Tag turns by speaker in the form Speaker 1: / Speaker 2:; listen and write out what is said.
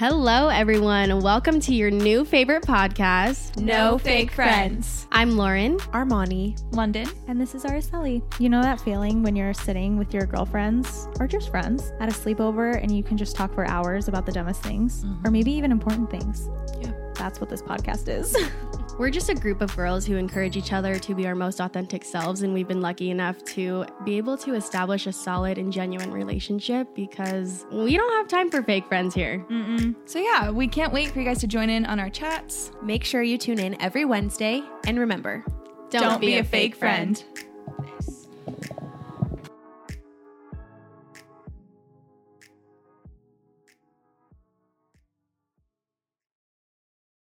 Speaker 1: Hello, everyone. Welcome to your new favorite podcast.
Speaker 2: No fake friends.
Speaker 1: I'm Lauren.
Speaker 3: Armani.
Speaker 2: London.
Speaker 4: And this is Araceli. You know that feeling when you're sitting with your girlfriends or just friends at a sleepover and you can just talk for hours about the dumbest things or maybe even important things?
Speaker 2: Mm-hmm. Yeah.
Speaker 4: That's what this podcast is.
Speaker 1: We're just a group of girls who encourage each other to be our most authentic selves, and we've been lucky enough to be able to establish a solid and genuine relationship because we don't have time for fake friends here.
Speaker 2: Mm-mm. So yeah, we can't wait for you guys to join in on our chats.
Speaker 3: Make sure you tune in every Wednesday and remember,
Speaker 2: Don't, be, a fake friend.